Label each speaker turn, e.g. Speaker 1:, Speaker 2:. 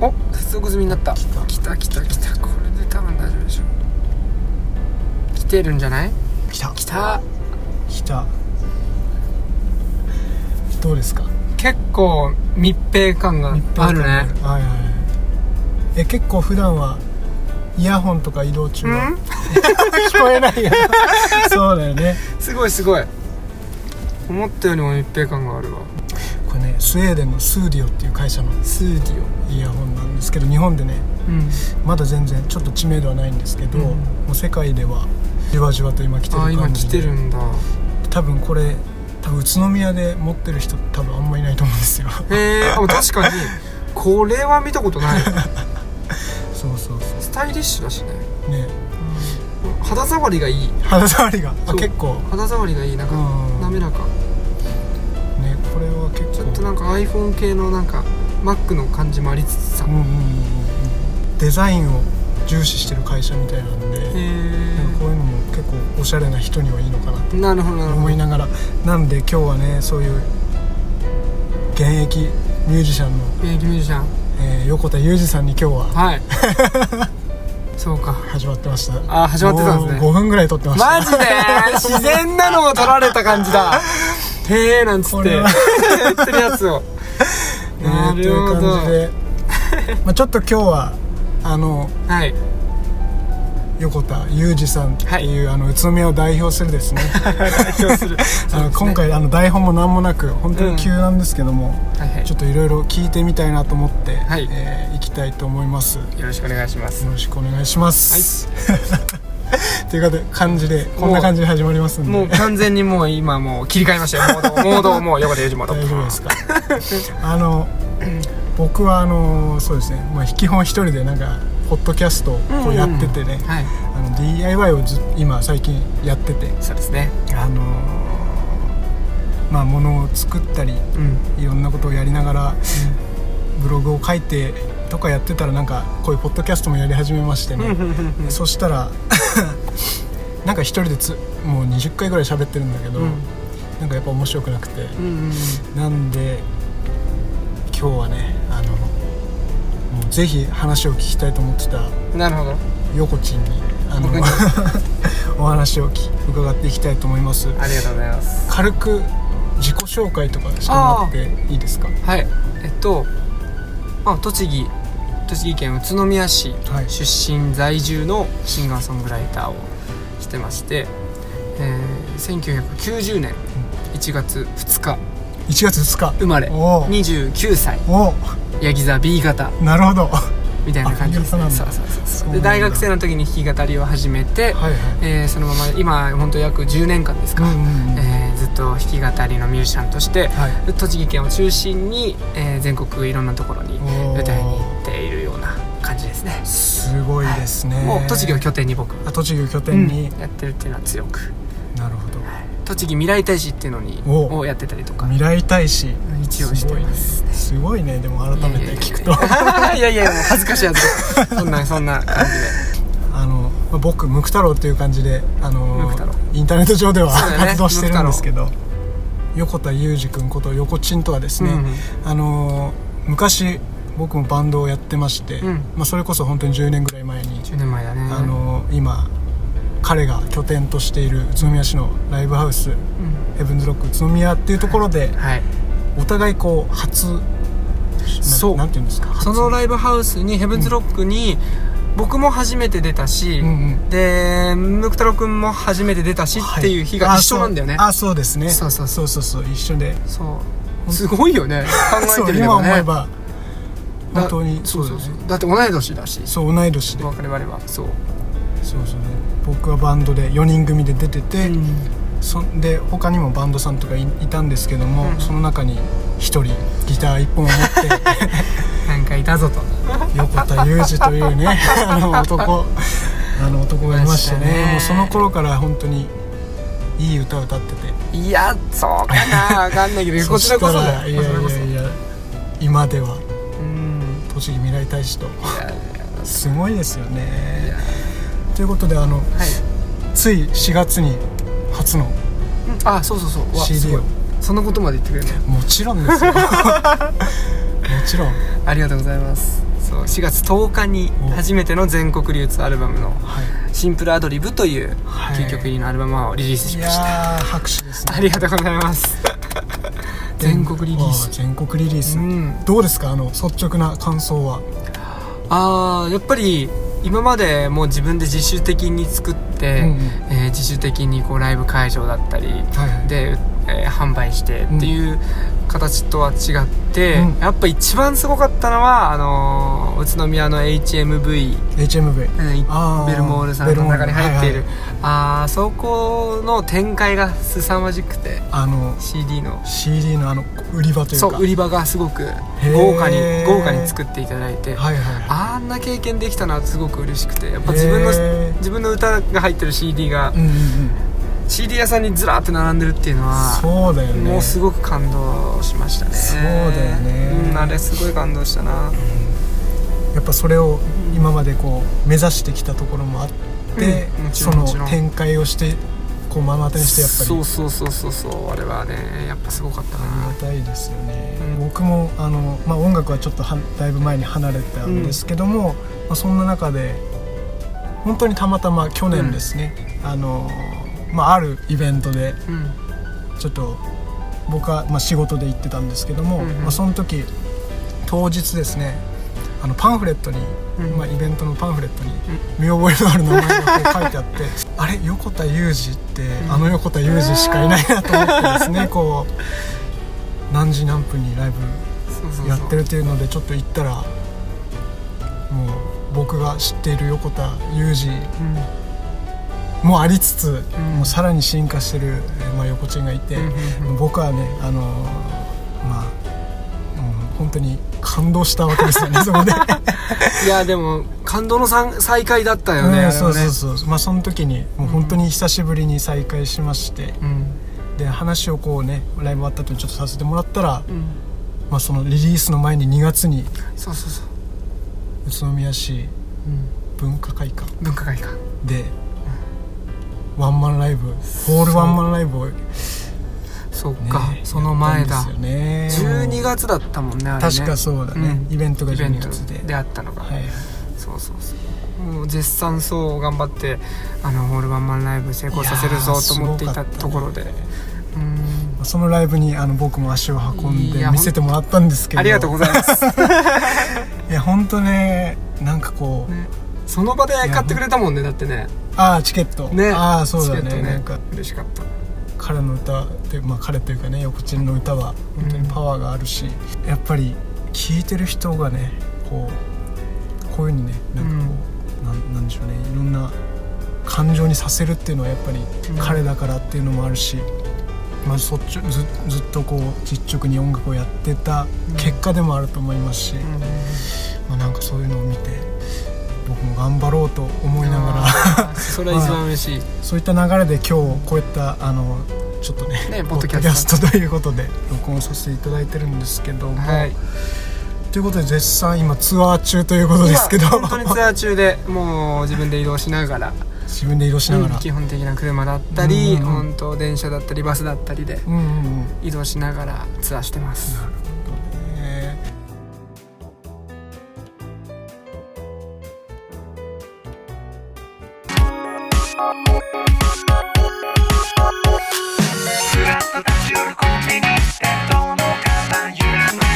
Speaker 1: お接続済みになった
Speaker 2: 来た
Speaker 1: 来た来た来たこれで多分大丈夫でしょう来てるんじゃない
Speaker 2: 来た
Speaker 1: 来た
Speaker 2: 来たどうですか
Speaker 1: 結構密閉感があるね
Speaker 2: はいはいはいえ結構普段はイヤホンとか移動中は 聞こえないよそうだよね
Speaker 1: すごいすごい思ったよりも密閉感があるわ
Speaker 2: これねスウェーデンのスーディオっていう会社の
Speaker 1: スーディ
Speaker 2: イヤホンなんですけど日本でね
Speaker 1: オうん
Speaker 2: まだ全然ちょっと知名度はないんですけど、
Speaker 1: うん
Speaker 2: もう世界ではじわじわと今来てる
Speaker 1: ああ
Speaker 2: 感じで
Speaker 1: 今来てるんだ
Speaker 2: 多分これ多分宇都宮で持ってる人多分あんまいないと思うんですよ
Speaker 1: へ えー、あ確かにこれは見たことない
Speaker 2: そうそうそ
Speaker 1: スタイリッシュだしね
Speaker 2: うね
Speaker 1: 肌触りがいい
Speaker 2: 肌触りがあ
Speaker 1: そう
Speaker 2: 結構
Speaker 1: 肌触りがいいなん
Speaker 2: う
Speaker 1: か
Speaker 2: ん
Speaker 1: 滑らか
Speaker 2: ねこれは結構
Speaker 1: ちょっとなんか iPhone 系のなんか Mac の感じもありつつさ
Speaker 2: うんうんうんうんデザインを重視してる会社みたいなん
Speaker 1: へ
Speaker 2: でなんかこういうのも結構おしゃれな人にはいいのかなって
Speaker 1: えなるほどなるほ
Speaker 2: 思い
Speaker 1: ど
Speaker 2: ながらなんで今日はねそういう現役ミュージシャンの、
Speaker 1: えー、ミュージシャン
Speaker 2: えー横田裕二さんに今日は
Speaker 1: はいそうか
Speaker 2: 始まってました
Speaker 1: あ始まってたんですね
Speaker 2: 5分ぐらい撮ってました
Speaker 1: マジで自然なのを取られた感じだへえなんつっ
Speaker 2: こ
Speaker 1: て
Speaker 2: れ
Speaker 1: 言
Speaker 2: は
Speaker 1: ってるやつを
Speaker 2: え
Speaker 1: な
Speaker 2: ーとい
Speaker 1: るほ
Speaker 2: う
Speaker 1: ど
Speaker 2: 感じで、まあ、ちょっと今日はあの
Speaker 1: はい
Speaker 2: 横田裕二さんっていう、あの宇都宮を代表するですね
Speaker 1: 代 表する
Speaker 2: あの今回あの台本も何もなく本当に急なんですけども、
Speaker 1: はいは
Speaker 2: ちょっといろいろ聞いてみたいなと思って、
Speaker 1: はい
Speaker 2: えー行きたいと思いますよ
Speaker 1: いよろしくお願いします
Speaker 2: ろしくお願いします、 ということで感じでこんな感じで始まりますんで
Speaker 1: もう完全にもう今もう切り替えましたよモードモードをもう横田裕二モード
Speaker 2: 大丈夫ですか あの僕はあのそうですね、まあ、基本一人でなんかポッドキャストをこうやっててね、
Speaker 1: はい
Speaker 2: あの DIY をず今最近やってて
Speaker 1: そうですね
Speaker 2: あのーまあ物を作ったり
Speaker 1: うん
Speaker 2: いろんなことをやりながらブログを書いてとかやってたらなんかこういうポッドキャストもやり始めましてね、そしたら なんか一人でつもう20回ぐらい喋ってるんだけど、
Speaker 1: うん
Speaker 2: なんかやっぱ面白くなくて、
Speaker 1: うんうん
Speaker 2: なんで今日はねあのもうぜひ話を聞きたいと思ってた
Speaker 1: うんなるほど
Speaker 2: 横ちんにあの
Speaker 1: 僕に
Speaker 2: お話をき伺っていきたいと思います
Speaker 1: ありがとうございます
Speaker 2: 軽く自己紹介とかしてもらっていいですか
Speaker 1: はいえっとまあ栃木栃木県宇都宮市
Speaker 2: はい
Speaker 1: 出身在住のシンガーソングライターをしてまして、えー1990年1月2日
Speaker 2: 1月2日
Speaker 1: 生まれ
Speaker 2: おー
Speaker 1: 29歳
Speaker 2: お
Speaker 1: ヤギ座 B 型
Speaker 2: おなるほどは
Speaker 1: みたいな感じです、ね、
Speaker 2: あ B
Speaker 1: そ
Speaker 2: 型
Speaker 1: う
Speaker 2: なんだ
Speaker 1: そうそう
Speaker 2: そう
Speaker 1: そう
Speaker 2: なん
Speaker 1: で
Speaker 2: だ
Speaker 1: 大学生の時に弾き語りを始めて、
Speaker 2: いはい
Speaker 1: えーそのまま今本当約10年間です
Speaker 2: う
Speaker 1: か、
Speaker 2: んうんうん
Speaker 1: えーずっと弾き語りのミュージシャンとして
Speaker 2: はい
Speaker 1: 栃木県を中心に、えー全国いろんなところに
Speaker 2: おー
Speaker 1: 舞台に行っているような感じですね
Speaker 2: すごいですね
Speaker 1: もう栃木を拠点に僕
Speaker 2: あ栃木を拠点に
Speaker 1: うんやってるっていうのは強く
Speaker 2: なるほど
Speaker 1: 栃木未来大使っていうのに
Speaker 2: お
Speaker 1: をやってたりとか
Speaker 2: 未来大使
Speaker 1: 一応してます
Speaker 2: すごいねでも改めて聞くと
Speaker 1: いやいやいやいやいやいやもう恥ずかしいや つそんなそんな感じで
Speaker 2: あのまあ僕ムク太郎っていう感じであの
Speaker 1: ムク太郎
Speaker 2: インターネット上では
Speaker 1: そうだよね
Speaker 2: 活動してるんですけど横田裕二君こと横ちんとはですね、
Speaker 1: うんうん
Speaker 2: あの昔僕もバンドをやってまして、
Speaker 1: うん
Speaker 2: まあ、それこそ本当に10年ぐらい前に、
Speaker 1: 10年前だね
Speaker 2: あの今彼が拠点としている宇都宮市のライブハウス
Speaker 1: うん
Speaker 2: ヘブンズロック宇都宮っていうところで
Speaker 1: はい
Speaker 2: お互いこう初な
Speaker 1: そう
Speaker 2: なんていうんですか初
Speaker 1: そのライブハウスにヘブンズロックに僕も初めて出たし、
Speaker 2: うんうん
Speaker 1: でムクタロ君も初めて出たしっていう日が
Speaker 2: はい
Speaker 1: 一緒なんだよね、
Speaker 2: あそうあそうですね
Speaker 1: そうそう
Speaker 2: そうそうそう一緒で
Speaker 1: そうすごいよね考えてみれ
Speaker 2: そ
Speaker 1: ば
Speaker 2: う今
Speaker 1: ね
Speaker 2: 思えば
Speaker 1: だ
Speaker 2: 本当に
Speaker 1: そうそう
Speaker 2: だ
Speaker 1: そ
Speaker 2: よ
Speaker 1: う
Speaker 2: ね
Speaker 1: だって同い年だし
Speaker 2: そう同い年でそう
Speaker 1: 我々はそう、
Speaker 2: そうね僕はバンドで4人組で出てて、そんで他にもバンドさんとかいいたんですけども、
Speaker 1: うん
Speaker 2: その中に1人ギター1本を持って
Speaker 1: なんかいたぞと
Speaker 2: 横田裕二とい うねあの男あの男がいまして
Speaker 1: いました
Speaker 2: ね
Speaker 1: ね
Speaker 2: もうその頃から本当にいい歌を歌ってて
Speaker 1: いやそうか な分かんないけどこ
Speaker 2: そ
Speaker 1: ち
Speaker 2: し
Speaker 1: らこ
Speaker 2: た
Speaker 1: そ
Speaker 2: ら
Speaker 1: だ
Speaker 2: い
Speaker 1: よ
Speaker 2: や
Speaker 1: こち
Speaker 2: い
Speaker 1: らこそ
Speaker 2: やいや今では
Speaker 1: うん
Speaker 2: 栃木未来大使とすごいですよねということであの
Speaker 1: はい
Speaker 2: つい4月に初の
Speaker 1: うんあそうそうそううわ
Speaker 2: CD を
Speaker 1: すごいそんな ことまで言ってくれるの
Speaker 2: もちろんですよもちろん
Speaker 1: ありがとうございますそう4月10日に
Speaker 2: お
Speaker 1: 初めての全国流通アルバムの
Speaker 2: はい
Speaker 1: 「シンプルアドリブ」という
Speaker 2: はい
Speaker 1: 9曲入りのアルバムをリリースし
Speaker 2: い
Speaker 1: ました、
Speaker 2: やー拍手ですね
Speaker 1: ありがとうございます 全国リリース
Speaker 2: あ全国リリース、
Speaker 1: うん
Speaker 2: どうですかあの率直な感想は
Speaker 1: あーやっぱり今までもう自分で自主的に作って、
Speaker 2: うんうん
Speaker 1: えー自主的にこうライブ会場だったり
Speaker 2: はいはい
Speaker 1: で、えー販売してっていう形とは違って、
Speaker 2: うん
Speaker 1: やっぱ一番すごかったのはあのー宇都宮の HMV、
Speaker 2: HMV
Speaker 1: うん
Speaker 2: あー
Speaker 1: ベルモールさんの中に入っている、
Speaker 2: ベルモール
Speaker 1: あーそこの展開が凄まじくて
Speaker 2: あの
Speaker 1: CD の
Speaker 2: CD のあの売り場というか
Speaker 1: そう売り場がすごく
Speaker 2: ー
Speaker 1: 豪華に豪華に作っていただいて、
Speaker 2: はいはいはい
Speaker 1: あんな経験できたのはすごく嬉しくてやっぱ自分の
Speaker 2: へー
Speaker 1: 自分の歌が入ってる CD が、
Speaker 2: うんうんうん
Speaker 1: CD 屋さんにずらーって並んでるっていうのは
Speaker 2: そうだよね
Speaker 1: もうすごく感動しましたね
Speaker 2: そうだよね
Speaker 1: うん、あれすごい感動したな
Speaker 2: やっぱそれを今までこう目指してきたところもあって、
Speaker 1: うんもちろ
Speaker 2: そ
Speaker 1: ん
Speaker 2: の
Speaker 1: もちろん
Speaker 2: 展開をしてこう目の当たりにしてやっぱり
Speaker 1: そうそうそうそうそうあれはねやっぱすごかった
Speaker 2: あ
Speaker 1: な
Speaker 2: りがたいですよね、
Speaker 1: うん
Speaker 2: 僕もあの、まあ、音楽はちょっとはだいぶ前に離れたんですけども、まあ、そんな中で本当にたまたま去年ですね、あのまあ、あるイベントで
Speaker 1: うん
Speaker 2: ちょっと僕は、まあ、仕事で行ってたんですけども、
Speaker 1: うんうん
Speaker 2: まあ、その時当日ですねあのパンフレットに、
Speaker 1: うん
Speaker 2: まあ、イベントのパンフレットに見覚えのある名前がこう書いてあってあれ横田裕二って、
Speaker 1: ん
Speaker 2: あの横田裕二しかいないなと思ってですね こう何時何分にライブ
Speaker 1: そうそうそう
Speaker 2: やってるっていうのでちょっと行ったらもう僕が知っている横田裕二
Speaker 1: うん
Speaker 2: もありつつ、
Speaker 1: ん
Speaker 2: もうさらに進化してる、えーまあ、横ちんがいて、
Speaker 1: うん
Speaker 2: 僕はねあのーまあ、うん、本当に感動したわけです よねそこで、
Speaker 1: いやでも感動のさん再会だったよね、
Speaker 2: う
Speaker 1: あれは
Speaker 2: ん
Speaker 1: ね
Speaker 2: そうそうそうまあその時にもう本当に久しぶりに再会しまして、
Speaker 1: うん
Speaker 2: で話をこうねライブ終わった後にちょっとさせてもらったら、
Speaker 1: うん
Speaker 2: まあ、そのリリースの前に2月に
Speaker 1: そうそうそう、
Speaker 2: 宇都宮市
Speaker 1: うん、
Speaker 2: 文化会館
Speaker 1: 文化会館
Speaker 2: で、ワンマンライブホールワンマンライブを、ね、
Speaker 1: そっか、その前だ
Speaker 2: やったんですよね
Speaker 1: 12月だったもんねあれね
Speaker 2: 確かそうだね、
Speaker 1: うん
Speaker 2: イベントが
Speaker 1: イベン
Speaker 2: 12
Speaker 1: ト
Speaker 2: 月で
Speaker 1: であったのが、
Speaker 2: はいはい
Speaker 1: そうそうそうもう絶賛そう頑張ってあのホールワンマンライブ成功させるぞと思ってい
Speaker 2: いや
Speaker 1: た
Speaker 2: ーすごかったね
Speaker 1: ところで、うん
Speaker 2: そのライブにあの僕も足を運ん
Speaker 1: い
Speaker 2: で
Speaker 1: や
Speaker 2: 見せてもらったんですけど
Speaker 1: ありがとうございます
Speaker 2: いや本当ねなんかこう、
Speaker 1: ねその場で買ってくれたもんねだってね
Speaker 2: ああチケット、
Speaker 1: ね
Speaker 2: ああそうだ
Speaker 1: チケ
Speaker 2: ね
Speaker 1: ット
Speaker 2: なんか
Speaker 1: 嬉しかった
Speaker 2: 彼の歌って、まあ、彼というかね横ちんの歌は本当にパワーがあるし、やっぱり聴いてる人がねこうこういうふうにねなんかこう、なんなんでしょうねいろんな感情にさせるっていうのはやっぱり
Speaker 1: うん
Speaker 2: 彼だからっていうのもあるし、まあ、そっちずずっとこう実直に音楽をやってた結果でもあると思いますし、
Speaker 1: うん
Speaker 2: まあ、なんかそういうのを見て僕も頑張ろうと思いなが
Speaker 1: あー
Speaker 2: ら
Speaker 1: それは一番嬉しい、
Speaker 2: そういった流れで今日こういったあのちょっとね
Speaker 1: ね
Speaker 2: ポッドキャストということで録音させていただいてるんですけども、
Speaker 1: はい
Speaker 2: ということで絶賛今ツアー中ということですけど
Speaker 1: 今本当にツアー中でもう自分で移動しながら
Speaker 2: 自分で移動しながら、
Speaker 1: 基本的な車だったり、
Speaker 2: うんうん
Speaker 1: 本当電車だったりバスだったりで
Speaker 2: うんうんうん
Speaker 1: 移動しながらツアーしてます、
Speaker 2: え
Speaker 3: 「ふらっと立ち寄るコンビニ」「伝統の肩揺らす